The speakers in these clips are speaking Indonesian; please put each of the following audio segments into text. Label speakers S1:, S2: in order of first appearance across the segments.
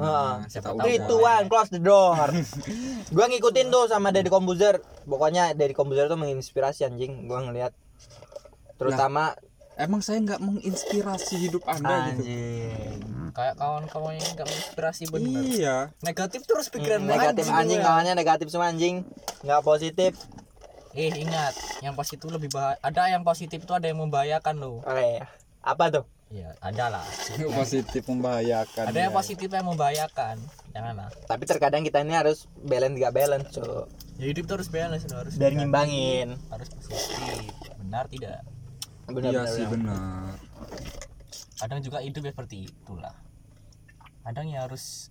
S1: Heeh.
S2: siapa tahu
S1: Three,
S2: boleh.
S1: two, one, close the door. gua ngikutin tuh sama Deddy Kombuzer. Pokoknya Deddy Kombuzer tuh menginspirasi anjing. Gua ngeliat terutama
S3: Emang saya nggak menginspirasi hidup Anda gitu.
S2: anjing Ah, kayak kawan-kawan yang nggak menginspirasi bener
S3: Iya. Hmm,
S2: negatif terus pikiran lu
S1: Hmm, negatif anjing
S2: ya.
S1: kawannya negatif semua anjing. Nggak positif.
S2: eh ingat yang positif itu lebih bahaya ada yang positif itu ada yang membahayakan lo
S1: Oke. Apa tuh?
S2: iya ada lah
S3: Positif membahayakan.
S2: ada yang
S3: ya.
S2: positif yang membahayakan janganlah
S1: Tapi terkadang kita ini harus balance gak balance, cuy.
S2: ya hidup terus balance lu harus
S1: Dan ngimbangin.
S2: harus positif benar tidak
S3: Iya
S1: Benar-benar.
S3: sih benar.
S2: kadang juga hidup ya seperti itulah kadang ya harus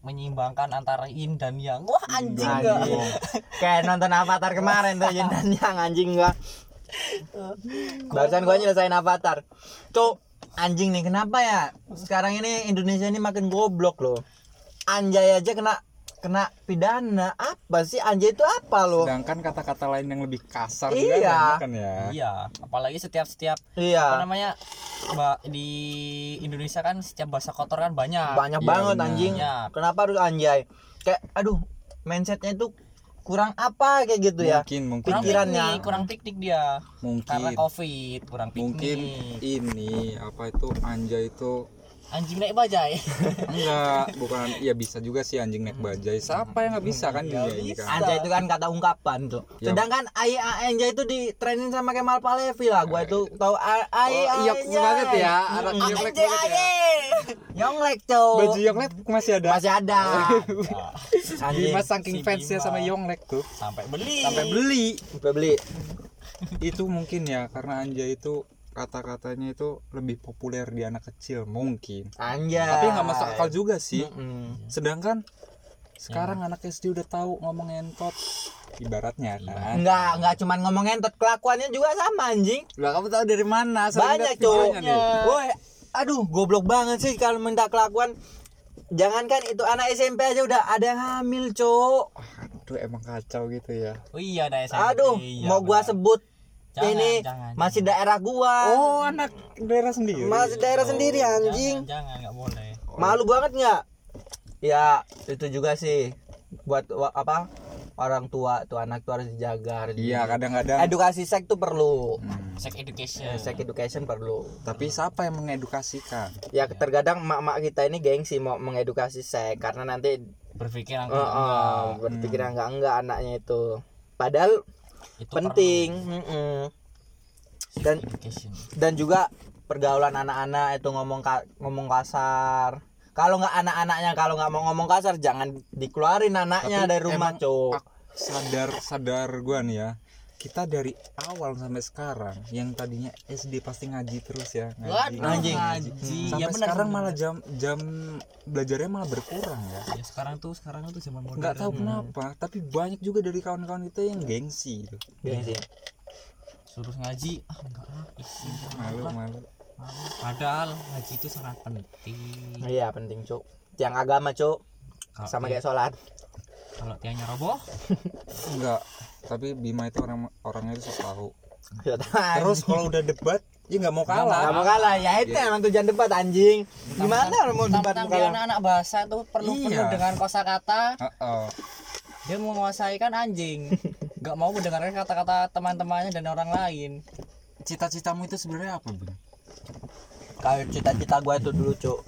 S2: menyeimbangkan antara yin dan yang wah anjing
S3: Iya.
S2: gak
S1: Anjing. Kayak nonton Avatar kemarin tuh Yin dan Yang anjing gua. Barusan gua nyelesain Avatar. Cuk, anjing nih kenapa ya? Sekarang ini Indonesia ini makin goblok loh. Anjay aja kena kena pidana. Nah, Apa sih anjay itu apa loh?
S3: Sedangkan kata-kata lain yang lebih kasar
S1: Iya.
S3: juga banyak kan ya.
S2: iya apalagi setiap setiap apa
S1: Iya.
S2: namanya ba- di Indonesia kan setiap bahasa kotor kan banyak
S1: Banyak
S3: Iya,
S1: banget
S3: benar.
S1: anjing.
S2: Banyak.
S1: Kenapa harus anjay? Kayak aduh, mindsetnya itu kurang apa kayak gitu ya.
S3: Mungkin mungkin
S2: kurang
S3: ya.
S1: pikirannya.
S2: piknik kurang piknik dia
S3: mungkin
S2: karena covid kurang piknik
S3: mungkin ini apa itu anjay itu
S2: anjing naik bajai
S3: enggak bukan ya bisa juga sih anjing naik bajai siapa yang nggak bisa kan dia ini kan
S1: Anjay itu kan kata ungkapan tuh.
S3: Ya.
S1: Sedangkan ai ai, anjay itu ditrenin sama Kemal Palevi lah. Gua itu tahu ai ai.
S3: Oh, iya,
S1: anjay.
S3: banget ya. Anak
S1: Mm-mm.
S3: nyonglek
S1: Anjay,
S3: banget ya.
S1: anjay. Nyonglek tuh.
S3: baju Yonglek masih ada Iya.
S1: masih ada.
S2: Ya,
S1: Anjing.
S3: Dimas saking
S2: Si
S3: fansnya sama
S2: Dimas.
S3: Yonglek tuh
S2: sampai beli
S3: sampai beli
S1: Gue beli.
S3: itu mungkin ya karena anjay itu kata-katanya itu lebih populer di anak kecil mungkin
S1: Anjay.
S3: tapi nggak masuk akal juga
S1: Hmm,
S3: sih
S1: Mm-mm.
S3: sedangkan sekarang
S2: Ya.
S3: anak SD udah tahu ngomong entot ibaratnya kan
S1: Enggak, enggak cuman ngomong entot kelakuannya juga sama anjing.
S3: lah kamu tahu dari mana Sering
S1: Banyak
S3: lihat
S1: tuh.
S3: videonya nih.
S1: Woi, aduh goblok banget sih kalau minta kelakuan. Jangankan itu anak SMP aja udah ada yang hamil, Cuk.
S3: aduh emang kacau gitu ya
S2: oh iya ada SMP
S1: Aduh,
S2: Iya,
S1: mau gua
S2: benar.
S1: sebut
S2: Jangan,
S1: ini
S2: jangan,
S1: masih daerah gua.
S3: oh anak daerah sendiri
S1: masih daerah sendiri anjing.
S2: Oh, jangan jangan nggak boleh
S1: Malu banget nggak? Ya, itu juga sih buat wa- apa? Orang tua tuh anak tuh harus dijaga. harus
S3: iya
S1: di-
S3: kadang-kadang Hmm,
S1: Edukasi seks tuh perlu.
S2: sex education
S1: Sex education perlu.
S3: tapi siapa yang mengedukasikan
S1: Ya,
S2: Iya.
S1: terkadang emak-emak kita ini gengsi mau mengedukasi seks karena nanti
S2: berpikir
S1: eh, eh,
S2: enggak Hmm.
S1: berpikir enggak-enggak anaknya itu. Padahal
S2: itu
S1: penting. mm-mm. Dan
S2: perlu education
S1: dan juga pergaulan anak-anak itu ngomong ka- ngomong kasar kalau nggak anak-anaknya kalau nggak mau ngomong kasar jangan dikeluarin anaknya
S3: Tapi
S1: dari rumah
S3: emang
S2: Oh.
S1: cok
S3: ak- sadar sadar gua nih ya kita dari awal sampai sekarang yang tadinya SD pasti ngaji terus ya ngaji,
S2: Waduh,
S3: ngaji,
S1: anjing.
S3: ngaji.
S2: ngaji.
S3: sampai
S2: Ya, benar,
S3: sekarang
S2: benar.
S3: malah jam jam belajarnya malah berkurang ya
S2: ya sekarang tuh sekarang tuh zaman modern
S3: nggak tahu kenapa tapi banyak juga dari kawan-kawan kita yang gengsi gitu
S1: Gini Iya sih.
S2: suruh ngaji ah enggak lah isi
S3: malu malu
S2: padahal ngaji itu sangat penting
S1: iya penting cok yang agama cok
S2: Kalau
S1: sama kayak
S2: dia-
S1: sholat
S2: kalau tiangnya roboh
S3: enggak tapi Bima itu orang orangnya itu sok tahu
S1: Ya, Tuhan.
S3: terus kalau udah debat dia nggak mau
S1: nggak
S3: kalah
S1: mau kalah ya itu
S3: Iya.
S1: emang tujuan debat anjing gimana orang mau debat
S2: tentang
S1: mau
S2: dia
S1: kalah
S2: anak-anak bahasa tuh perlu penuh
S3: Iya.
S2: dengan kosakata
S3: Heeh.
S2: dia menguasai kan anjing nggak mau mendengarkan kata-kata teman-temannya dan orang lain
S3: cita-citamu itu sebenarnya apa Bim?
S1: kalau cita-cita gue itu dulu cok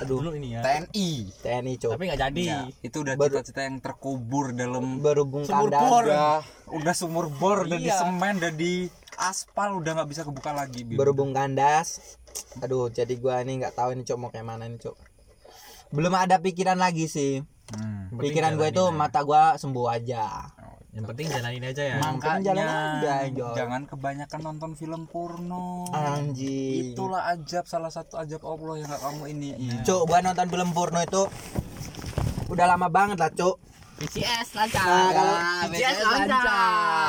S1: aduh
S2: dulu ini ya
S3: TNI
S1: TNI cok
S2: tapi nggak jadi
S3: itu udah
S1: Baru-
S3: cita-cita yang terkubur dalam
S1: berhubung
S3: bor
S1: keadaan
S3: udah, udah sumur bor udah di
S2: Iya.
S3: semen udah di aspal udah nggak bisa kebuka lagi Bim.
S1: berhubung kandas aduh jadi gua nih nggak tahu ini cok mau kayak mana nih cok belum ada pikiran lagi sih
S3: Hmm.
S1: pikiran gua itu mata gua sembuh aja
S2: yang penting jalanin aja ya
S1: Makanya jalan aja, Jol. Ah.
S3: jangan kebanyakan nonton film porno
S1: anjing
S3: itulah ajab salah satu ajab Allah yang gak kamu ini
S4: Iya,
S1: cok gua nonton film porno itu udah lama banget lah cok
S2: PCS lancar
S1: Nah, kalau
S2: PCS lancar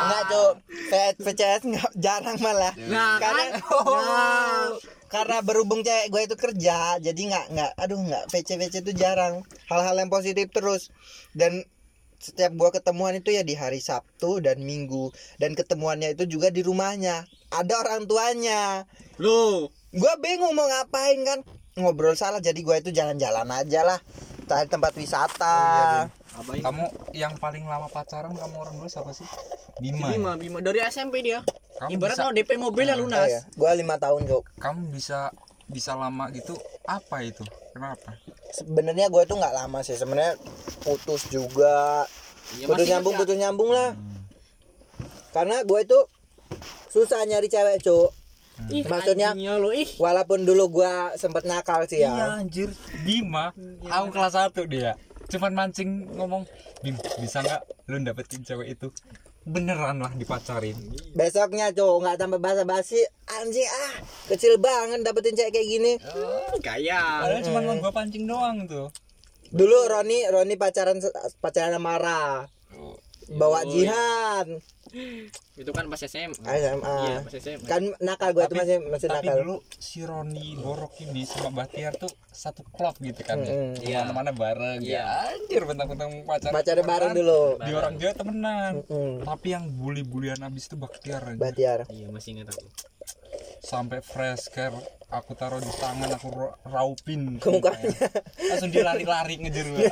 S1: enggak cok P- PCS nggak jarang malah
S2: Nah,
S1: karena Nah, karena berhubung cewek gua itu kerja jadi nggak nggak aduh nggak PC PC itu jarang hal-hal yang positif terus dan setiap gua ketemuan itu ya di hari Sabtu dan Minggu dan ketemuannya itu juga di rumahnya ada orang tuanya
S3: lu
S1: gua bingung mau ngapain kan ngobrol salah jadi gua itu jalan-jalan aja lah tadi tempat wisata
S4: Abai.
S3: Kamu yang paling lama pacaran kamu orang dulu siapa sih? Bima. ya?
S4: Bima, Bima dari SMP dia.
S3: Kamu
S4: Ibarat
S3: bisa,
S4: mau DP
S2: ya,
S4: mobilnya
S1: Oh,
S4: lunas.
S1: iya. gua lima tahun kok
S3: kamu bisa bisa lama gitu apa itu? Kenapa?
S1: sebenarnya gue tuh nggak lama sih sebenarnya putus juga
S4: Ya,
S1: putus
S4: masih
S1: nyambung
S4: ingat
S1: putus nyambung lah karena gue itu susah nyari cewek cuk
S4: nggak? Ih,
S1: Maksudnya-
S4: anjingnya lu ih.
S1: walaupun dulu gue sempet nakal sih
S4: Iya.
S1: ya
S3: anjir. Bima, aku kelas 1 dia. Cuman mancing ngomong, "Bim, bisa nggak lu dapetin cewek itu?" Beneran lah dipacarin.
S1: besoknya cuk nggak tambah basa basi anjing ah kecil banget dapetin cewek kayak gini
S4: Kayak.
S3: Padahal cuman mau gua pancing doang tuh.
S1: dulu Roni Roni pacaran pacaran sama Ra bawa Jihan
S4: Itu kan pas
S2: Hmm.
S4: SMA.
S1: SMA
S4: Iya, pas SMA.
S1: kan nakal gue tuh
S3: Tapi-
S1: masih masih
S3: Tapi
S1: nakal
S3: dulu si Roni Borok ini sama Bahtiar tuh satu klub gitu kan ya.
S1: Mm-mm.
S3: Iya. Mana-mana bareng
S4: Iya.
S3: ya. Anjir bentang-bentang pacaran.
S1: pacaran bareng dulu
S3: Di orang Jawa temenan.
S1: Mm-mm.
S3: Tapi yang bully-bulian abis itu Bahtiar aja.
S1: Batiar
S4: Iya, masih ingat aku.
S3: sampai fresh care aku taruh di tangan aku ro- raupin
S1: Ke mukanya.
S3: langsung dia lari-lari ngejer gua.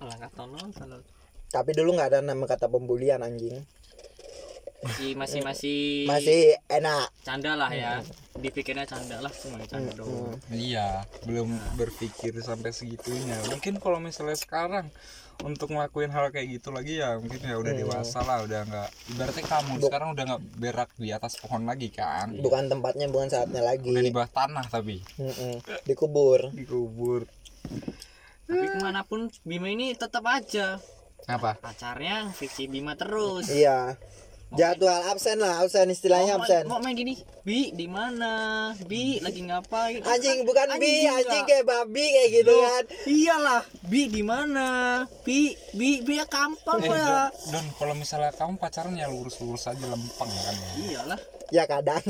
S4: Alah kata nol kalau
S1: tapi dulu nggak ada nama kata pembulian anjing
S4: masih masih
S3: Eh,
S4: masih
S1: masih enak
S4: canda lah ya.
S3: Hmm.
S4: Dipikirnya canda lah cuma canda doang.
S3: iya belum berpikir sampai segitunya mungkin kalau misalnya sekarang untuk ngelakuin hal kayak gitu lagi ya mungkin ya udah dewasa lah udah nggak ibaratnya kamu sekarang udah nggak berak di atas pohon lagi kan
S1: bukan tempatnya bukan saatnya
S3: udah
S1: lagi
S3: di bawah tanah tapi
S1: Mm-mm. dikubur
S3: dikubur
S4: Tapi kemana pun Bima ini tetap aja
S3: apa
S4: pacarnya fiksi Bima terus.
S1: iya jadwal absen lah absen istilahnya
S4: Mau main-
S1: absen
S4: Mau main gini, Bi di mana? Bi lagi ngapain?
S1: anjing bukan bi
S4: Anjing,
S1: anjing
S4: Kak.
S1: kayak babi kayak gitu
S4: Loh,
S1: kan
S4: Iyalah, Bi di mana? Bi, Bi, Bi ya kampung ya.
S3: dan Eh, kalau misalnya kamu pacaran ya lurus-lurus aja lempeng kan ya
S4: Iyalah.
S1: ya kadang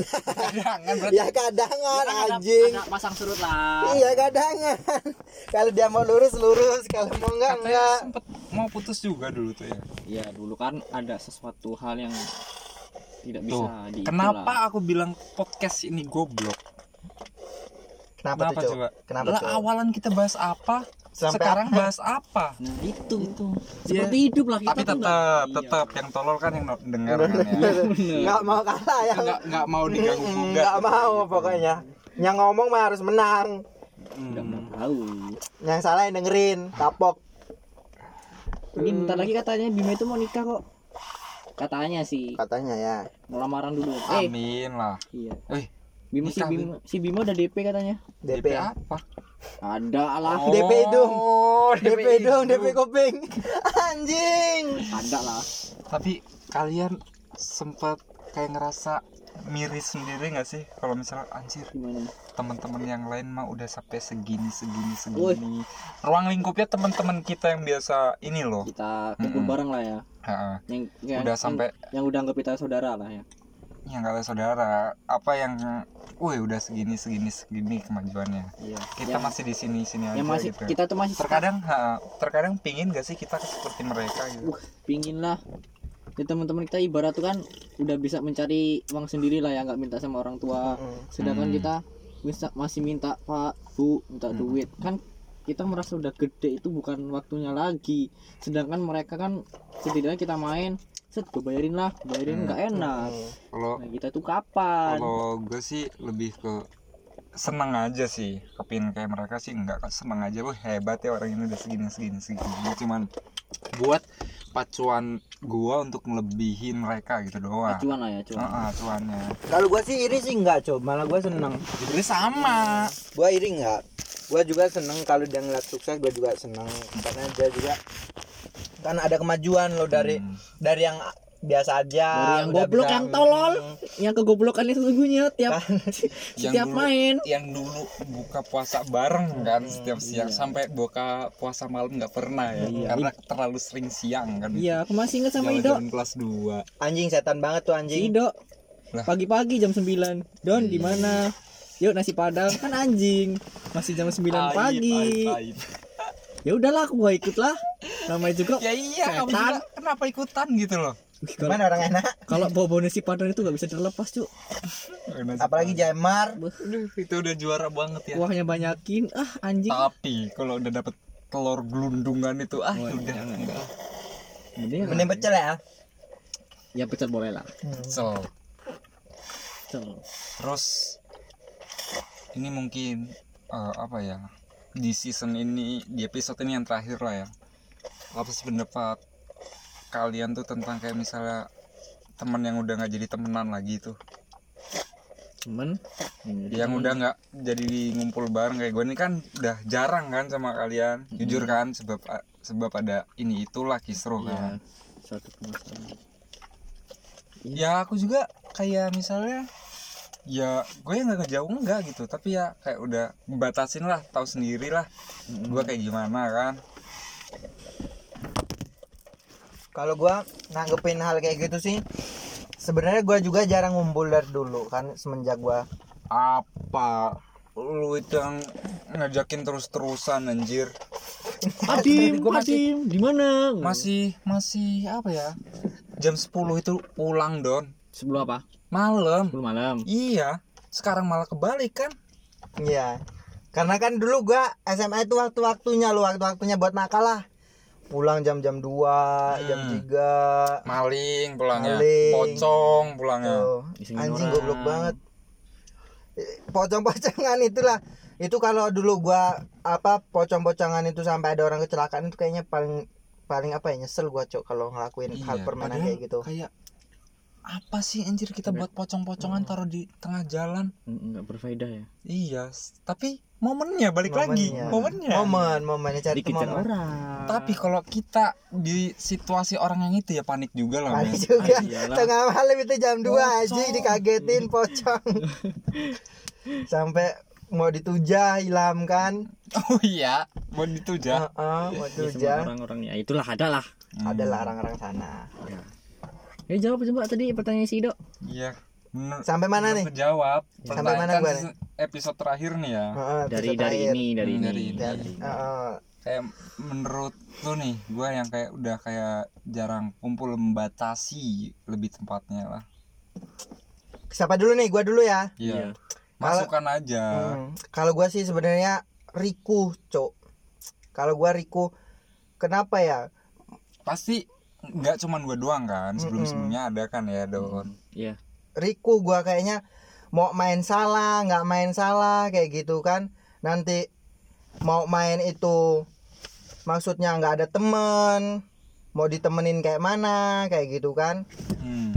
S3: jangan berarti
S1: ya kadangan
S4: Kan ada-
S1: anjing
S4: ada pasang surut lah.
S1: iya kadangan kalau dia mau lurus lurus kalau mau enggak
S3: katanya
S1: enggak
S3: sempet mau putus juga dulu tuh ya
S4: Iya, dulu kan ada sesuatu hal yang tidak bisa
S3: Tuh,
S4: dihitung Gitu lah.
S3: kenapa aku bilang podcast ini goblok?
S1: kenapa,
S3: Kenapa
S1: tuh
S3: coba?
S1: coba kenapa
S3: Lah,
S1: tuh
S3: awalan kita bahas apa?
S1: Sampai
S3: sekarang bahas apa? Iya.
S4: Nah, itu Iya. itu. Seperti hidup lah kita.
S3: Tapi
S4: tuh
S3: tetap,
S4: nggak- iya.
S3: tetap yang tolol kan yang no- dengar kan ya.
S1: nggak mau kalah ya
S3: Enggak enggak mau diganggu gugat.
S1: Iya. nggak mau pokoknya yang ngomong mah harus menang
S4: Iya, nggak
S3: Mm.
S4: mau tahu.
S1: yang salah yang dengerin kapok
S4: Ini bentar lagi katanya Bima itu mau nikah kok. Katanya sih,
S1: katanya ya
S4: mau lamaran dulu. Eh,
S3: Amin lah.
S4: iya.
S3: Eh,
S4: Bima si
S3: Nikah, Bim.
S4: Bima, si Bima udah DP katanya.
S1: DP
S3: apa?
S4: Ada lah,
S1: Oh. DP hidung.
S3: Oh,
S1: DP dong DP kuping anjing
S4: ada lah.
S3: Tapi kalian sempat kayak ngerasa miris sendiri nggak sih kalau misalnya anjir
S4: Gimana?
S3: teman-teman yang lain mah udah sampai segini segini segini ruang lingkupnya teman-teman kita yang biasa ini loh
S4: Kita kumpul
S3: Mm-mm.
S4: bareng lah ya.
S3: Heeh.
S4: Yang, yang-
S3: udah
S4: yang-
S3: sampai
S4: yang udah anggap kita saudara lah ya.
S3: yang kata saudara apa yang woi udah segini segini segini kemajuannya
S4: Iya.
S3: kita
S4: yang,
S3: masih di sini sini aja
S4: yang Ya, masih
S3: gitu.
S4: kita tuh masih
S3: terkadang ha, terkadang pingin gak sih kita seperti mereka gitu
S4: Uh, pingin lah. Ya teman-teman kita ibarat tuh kan udah bisa mencari uang sendiri lah ya, nggak minta sama orang tua. Sedangkan
S3: Hmm.
S4: kita bisa masih minta Pak, Bu, minta
S3: Hmm.
S4: duit. Kan kita merasa udah gede itu bukan waktunya lagi. Sedangkan mereka kan setidaknya kita main set gue bayarin lah, gua bayarin
S3: Hmm.
S4: nggak enak.
S3: kalau
S4: Nah, kita tuh kapan?
S3: kalau gue sih lebih ke seneng aja sih kepin kayak mereka sih nggak seneng aja wah hebat ya orang ini udah segini segini segini Gua cuman buat pacuan gua untuk melebihin mereka gitu doang
S4: Acuan lah ya, cuan.
S3: Heeh, acuannya
S1: kalau gua sih iri sih enggak coba malah gua seneng
S3: jadi sama
S1: gua iri enggak gua juga seneng kalau dia ngeliat sukses gua juga seneng karena dia juga kan ada kemajuan lo dari
S3: Hmm.
S1: dari yang biasa aja
S4: Dari yang
S1: udah
S4: goblok,
S1: bisa-
S4: yang tolol.
S1: Hmm.
S4: yang kegoblokan itu sesungguhnya tiap setiap
S3: dulu-
S4: main
S3: yang dulu buka puasa bareng kan setiap siang sampai buka puasa malam nggak pernah ya karena terlalu sering siang kan
S4: iya aku masih ingat sama Ido
S3: Jalan-jalan kelas 2
S1: anjing setan banget tuh
S4: si
S1: anjing
S4: Ido
S3: Lah.
S4: pagi-pagi jam 9 Don di mana yuk nasi padang kan anjing masih jam 9
S3: Ah, iya,
S4: pagi ya udahlah aku gak ikut lah namanya juga
S3: ya iya kamu
S4: Setan.
S3: juga kenapa ikutan gitu loh
S1: Cuman orang enak,
S5: Kalau bawa bonus si partner itu nggak bisa terlepas cuk.
S1: apalagi Jaimar.
S3: Aduh, itu udah juara banget ya
S5: Kuahnya banyakin, ah anjing.
S3: tapi kalau udah dapet telur gelundungan itu ah
S5: Wah,
S3: udah
S5: jangan.
S3: enggak
S5: Mending
S1: Mending pecel ya.
S5: ya pecat boleh lah.
S3: so
S5: Cel.
S3: terus ini mungkin eh, apa ya di season ini di episode ini yang terakhir lah ya apa sih pendapat kalian tuh tentang kayak misalnya teman yang udah nggak jadi temenan lagi tuh
S5: Cuman
S3: yang udah nggak jadi ngumpul bareng kayak gue ini kan udah jarang kan sama kalian jujur kan sebab sebab ada ini itulah kisruh
S5: ya
S3: kan
S5: satu permasalahan.
S3: ya aku juga kayak misalnya ya gue nggak ngejauh enggak gitu tapi ya kayak udah batasin lah tahu sendiri lah gue kayak gimana kan
S1: Kalau gua nanggepin hal kayak gitu sih, sebenarnya gua juga jarang ngumpul dari dulu kan semenjak gua
S3: apa lu itu yang ngajakin terus-terusan anjir
S5: Adim, Adim, di mana?
S3: masih masih apa ya jam 10 itu pulang don
S5: sebelum apa?
S3: malam
S5: Sebelum malam.
S3: iya sekarang malah kebalik kan
S1: Iya. Karena kan dulu gua SMA itu waktu-waktunya lu waktu-waktunya buat nakal lah. Pulang jam-jam 2, jam
S3: Hmm.
S1: 3.
S3: maling pulangnya
S1: Maling.
S3: pocong pulangnya Iya.
S1: Tuh.
S5: Isengin
S1: Anjing
S5: orang.
S1: goblok banget. Eh, Pocong-pocongan itulah. Itu kalau dulu gua apa pocong-pocongan itu sampai ada orang kecelakaan itu kayaknya paling paling apa ya nyesel gua cok kalau ngelakuin hal
S3: Iya,
S1: permainan
S3: padahal
S1: kayak gitu.
S3: kayak apa sih anjir kita buat pocong-pocongan taruh di tengah jalan
S5: Enggak berfaedah ya.
S3: iya s- tapi momennya balik lagi
S1: Momennya.
S3: momennya
S1: Momen, momennya cari tuh
S5: Dikejar
S1: momen.
S5: orang.
S3: tapi kalau kita di situasi orang yang itu ya panik juga lah
S1: Paling
S3: men.
S1: juga
S5: Ah, iyalah.
S1: tengah malam itu jam 2 aja
S3: Pocong.
S1: dikagetin pocong. Sampai mau ditujah hilam kan.
S3: oh iya mau ditujah
S1: Heeh,
S5: Ya, semua
S1: mau
S5: Hmm.
S1: ditujah.
S5: orang-orang ya itulah adalah.
S3: Hmm.
S1: Ada larang-larang sana.
S5: Ya jawab coba tadi pertanyaan si Ido.
S3: iya bener
S1: Sampai mana
S3: Belum
S1: nih?
S3: kejawab
S1: Sampai mana
S3: Pertanyaan
S1: gua
S3: kan episode terakhir nih ya
S1: Heeh,
S5: Ah, Dari
S1: episode
S5: dari
S1: terakhir.
S5: ini, dari
S3: Hmm,
S5: ini.
S3: dari ini.
S1: Dari- heeh.
S3: kayak menurut lu nih gua yang kayak udah kayak jarang kumpul membatasi lebih tempatnya lah
S1: Siapa dulu nih? Gua dulu ya.
S5: Iya.
S3: iya masukkan aja
S1: Hmm, Kalau gua sih sebenarnya Riku, Cok. Kalau gua Riku kenapa ya?
S3: pasti nggak cuman gue doang kan
S1: Hmm.
S3: sebelum sebelumnya ada kan ya don
S5: Iya.
S1: Riku gua kayaknya mau main salah nggak main salah kayak gitu kan nanti mau main itu maksudnya nggak ada temen mau ditemenin kayak mana kayak gitu kan
S3: Hmm.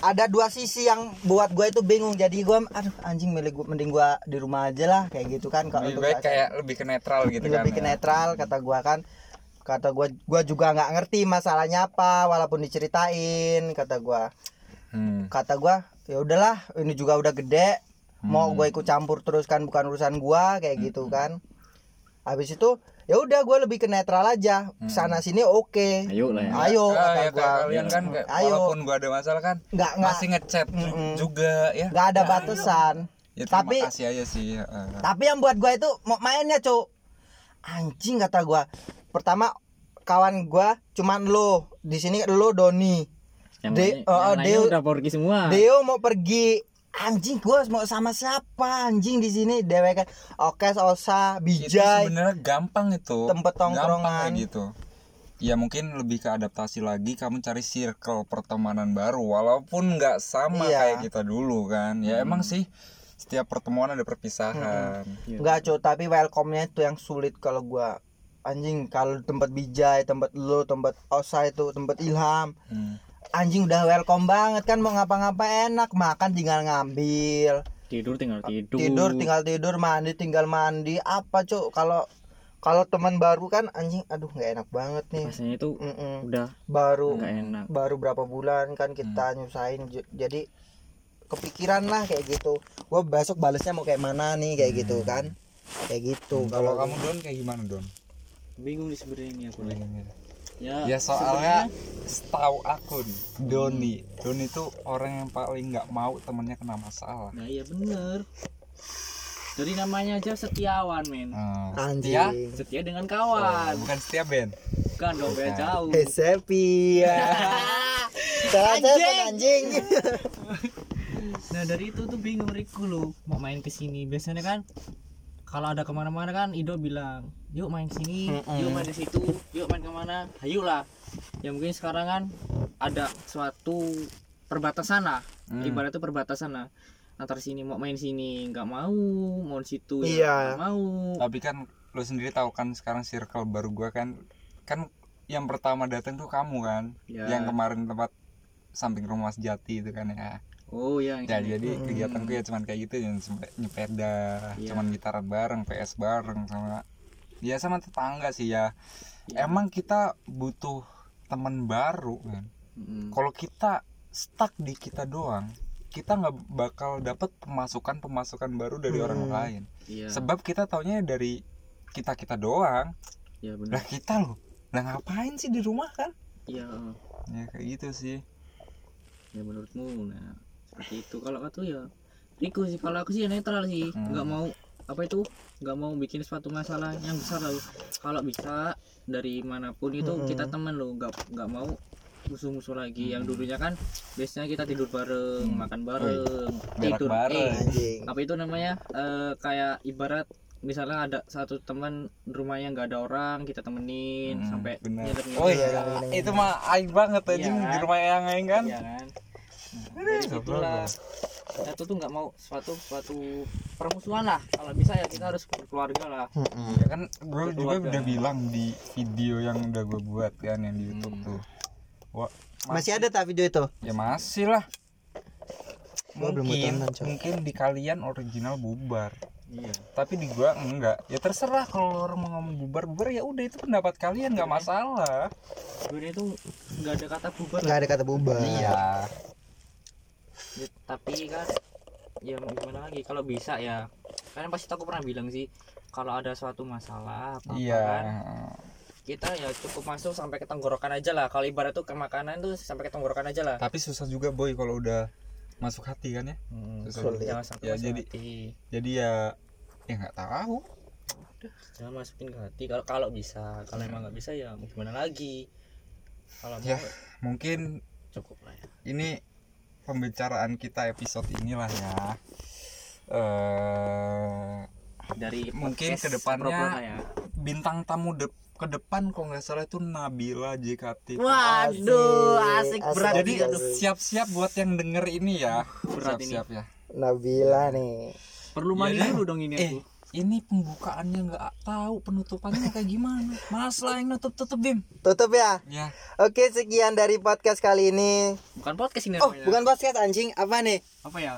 S1: ada dua sisi yang buat gua itu bingung jadi gua aduh anjing milik gua mending gua di rumah aja lah kayak gitu kan kalau
S3: lebih
S1: untuk bahasa-
S3: baik kayak lebih ke netral gitu kan
S1: lebih ke
S3: ya.
S1: netral kata gua kan kata gua gua juga nggak ngerti masalahnya apa walaupun diceritain kata gua
S3: Hmm.
S1: kata gua ya udahlah ini juga udah gede mau
S5: Hmm.
S1: gue ikut campur terus kan bukan urusan gua kayak gitu kan habis itu ya udah gue lebih ke netral aja sana sini oke
S5: Hmm. Ayo lah ya.
S1: ayo
S3: Ah,
S1: kata
S3: ya,
S1: gua
S3: kayak kalian kan kayak,
S1: Ayo.
S3: walaupun gue ada masalah kan
S1: nggak nggak
S3: masih ngechat ju-
S1: Mm-mm.
S3: juga ya
S1: nggak ada batasan
S3: ya terima
S1: tapi
S3: kasih aja sih ya. Eh,
S1: tapi yang buat gue itu mau mainnya cu anjing kata gua pertama kawan gua cuman lo di sini lo Doni
S5: Yang
S1: De-
S5: lainnya-
S1: oh, oh,
S5: yang lainnya
S1: Deo-
S5: udah porki semua.
S3: Ah.
S1: Deo mau pergi anjing gua mau sama siapa anjing di sini DWK Oke Osa
S3: itu
S1: Bijay
S3: sebenarnya gampang itu
S1: Tempat tongkrongan.
S3: gampang kayak gitu ya mungkin lebih ke adaptasi lagi kamu cari circle pertemanan baru walaupun nggak
S1: Iya.
S3: sama
S1: Hmm.
S3: kayak kita dulu kan ya emang sih setiap pertemuan ada perpisahan
S1: Enggak cu tapi welcome-nya itu yang sulit kalau gua anjing kalau tempat Bijay tempat lo tempat Osa itu tempat Ilham
S3: Hmm.
S1: anjing udah welcome banget kan mau ngapa-ngapa enak makan tinggal ngambil
S5: Tidur tinggal tidur.
S1: tidur tinggal tidur mandi tinggal mandi apa cuk kalau kalau teman baru kan anjing aduh nggak enak banget nih
S5: Rasanya itu
S1: Mm-mm.
S5: udah
S1: baru
S5: nggak enak.
S1: baru berapa bulan kan kita nyusahin ju- jadi kepikiran lah kayak gitu gua besok balesnya mau kayak mana nih kayak gitu kan kayak gitu
S3: Hmm, kalau
S1: kalau
S3: kamu don kayak gimana don
S4: bingung nih sebenarnya ini aku
S3: Ya
S1: Nah,
S3: soalnya setahu aku nih, Doni, Doni itu orang yang paling nggak mau temennya kena masalah.
S4: nah iya bener dari namanya aja setiawan men
S3: Nah,
S1: anjing
S3: setia,
S4: setia dengan kawan
S3: bukan setia
S1: Iya, Eh,
S3: Ben.
S1: ya.
S4: bukan dong beda jauh
S1: Hey, Sepia Salah telepon anjing.
S2: Nah dari itu tuh bingung Riku lu mau main ke sini. Biasanya kan kalau ada kemana-mana kan Ido bilang, yuk main ke sini, yuk main ke situ, yuk main kemana, ayolah. Ya mungkin sekarang kan ada suatu perbatasan lah,
S3: Mm.
S2: ibarat itu perbatasan lah antar sini mau main sini nggak mau mau di situ ya
S1: Iya.
S2: nggak mau
S3: tapi kan lo sendiri tahu kan sekarang circle baru gua kan kan yang pertama datang tuh kamu kan
S4: Ya.
S3: yang kemarin tempat samping rumah sejati itu kan ya
S4: Oh ya.
S3: ya jadi kegiatanku ya cuman kayak gitu yang sempe- nyepeda
S4: Iya.
S3: cuman gitaran bareng PS bareng sama ya sama tetangga sih ya
S4: Iya.
S3: emang kita butuh teman baru kan
S4: Mm.
S3: kalau kita stuck di kita doang kita nggak bakal dapat pemasukan pemasukan baru dari orang
S1: Hmm.
S3: lain
S4: Iya.
S3: sebab kita taunya dari kita kita doang
S4: Iya benar.
S3: lah kita loh lah ngapain sih di rumah kan
S4: Iya.
S3: ya kayak gitu sih
S4: Ya menurutmu nah seperti itu kalau aku ya Riku sih kalau aku sih ya netral sih
S3: Hmm.
S4: nggak mau apa itu nggak mau bikin suatu masalah yang besar lalu kalau bisa dari manapun itu
S3: Hmm.
S1: Mm-mm.
S4: kita temen loh nggak nggak mau musuh-musuh lagi yang dulunya kan biasanya kita tidur bareng
S3: Hmm.
S4: makan bareng
S3: berak
S4: tidur
S3: bareng
S4: eh,
S1: Anjing.
S4: apa itu namanya eh, kayak ibarat misalnya ada satu teman rumahnya nggak ada orang kita temenin
S3: Hmm,
S4: sampai
S3: benar.
S4: nyadar-nyadar.
S3: oh iya itu mah aib banget
S4: Iya
S3: anjing
S4: kan?
S3: di rumah yang lain kan Iya,
S4: Iya kan
S3: Aduh,
S4: Jadi
S3: goblok
S4: itulah kita tuh nggak mau suatu suatu permusuhan lah kalau bisa ya kita harus berkeluarga lah
S1: Mm-mm.
S3: ya kan gue juga
S4: Keluarga.
S3: udah bilang di video yang udah gue buat kan yang di YouTube tuh Wah,
S1: Masih ada tak video itu?
S3: ya masih lah
S1: Gua belum
S3: mungkin
S1: ketonton, Cok.
S3: mungkin di kalian original bubar
S4: iya
S3: tapi di gua enggak ya terserah kalau orang mau ngomong bubar bubar ya udah itu pendapat kalian nggak masalah
S4: sebenarnya itu nggak ada kata bubar
S1: Enggak ada kata bubar.
S3: iya
S4: Ya, tapi kan ya mau gimana lagi kalau bisa ya kalian pasti aku pernah bilang sih kalau ada suatu masalah apa,
S3: iya
S4: kan kita ya cukup masuk sampai ke tenggorokan aja lah kalau ibarat tuh ke makanan tuh sampai ke tenggorokan aja lah
S3: tapi susah juga boy kalau udah masuk hati kan ya susah
S1: sulit.
S3: juga.
S4: jangan sampai
S3: Ya,
S4: masuk
S3: jadi-
S4: hati
S3: jadi ya ya nggak tahu
S4: jangan masukin ke hati kalau kalau bisa kalau
S3: Iya.
S4: emang nggak bisa ya mau gimana lagi kalau
S3: Ya.
S4: mau
S3: mungkin
S4: cukup lah ya
S3: ini pembicaraan kita episode inilah ya eh
S4: dari
S3: Mungkin
S4: podcast
S3: kedepannya-
S4: obrolan ya.
S3: bintang tamu de- ke depan kalau nggak salah itu Nabila JKT
S1: Waduh, asik, berat
S3: jadi siap-siap buat yang denger ini ya
S4: Berat ini.
S3: siap-siap ya
S1: Nabila nih.
S4: perlu
S3: Iya
S4: mandi
S3: deh.
S4: dulu dong ini
S3: Eh.
S4: aku
S3: ini pembukaannya nggak tahu penutupannya kayak gimana mas lah yang nutup tutup dim
S1: Tutup ya.
S3: ya
S1: Oke, sekian dari podcast kali ini.
S4: bukan podcast ini
S1: Oh,
S2: iya.
S4: namanya.
S1: bukan podcast anjing, apa nih?
S4: apa ya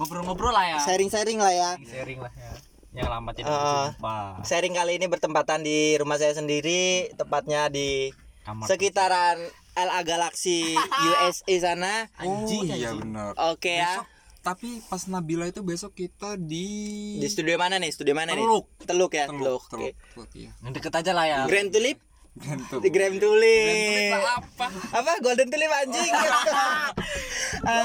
S4: ngobrol-ngobrol lah ya
S2: Ah.
S1: Sharing-sharing lah ya.
S2: sharing lah ya yang lama tidak
S1: Ah.
S2: berjumpa
S1: Sharing kali ini bertempatan di rumah saya sendiri, tepatnya di
S2: kamar
S1: sekitaran LA Galaxy USA sana.
S3: oh iya benar
S1: Oke ya.
S3: Besok, tapi pas Nabila itu besok kita di
S1: Di studio mana nih? Studio mana
S3: Teluk.
S1: nih? Teluk ya,
S3: teluk
S1: Teluk. Oke.
S3: teluk, teluk iya
S2: Yang deket aja lah ya
S1: Grand Tulip?
S3: Gentul.
S1: Di Grand Tulip.
S3: apa
S1: Apa Golden Tulip anjing?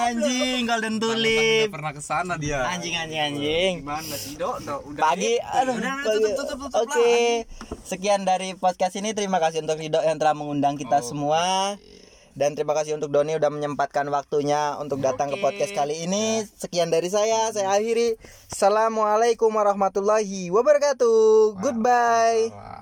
S1: anjing Golden Tulip.
S3: Nggak pernah kesana dia
S1: Anjing anjing anjing.
S4: Iya. gimana sih dok dok udah
S1: Pagi aduh. pagi. Oke. Sekian dari podcast ini. Terima kasih untuk Rido yang telah mengundang kita semua. Dan terima kasih untuk Doni udah menyempatkan waktunya untuk datang ke podcast kali
S4: Ya.
S1: ini. Sekian dari saya, saya akhiri. Assalamualaikum warahmatullahi wabarakatuh. Goodbye.
S3: Wah.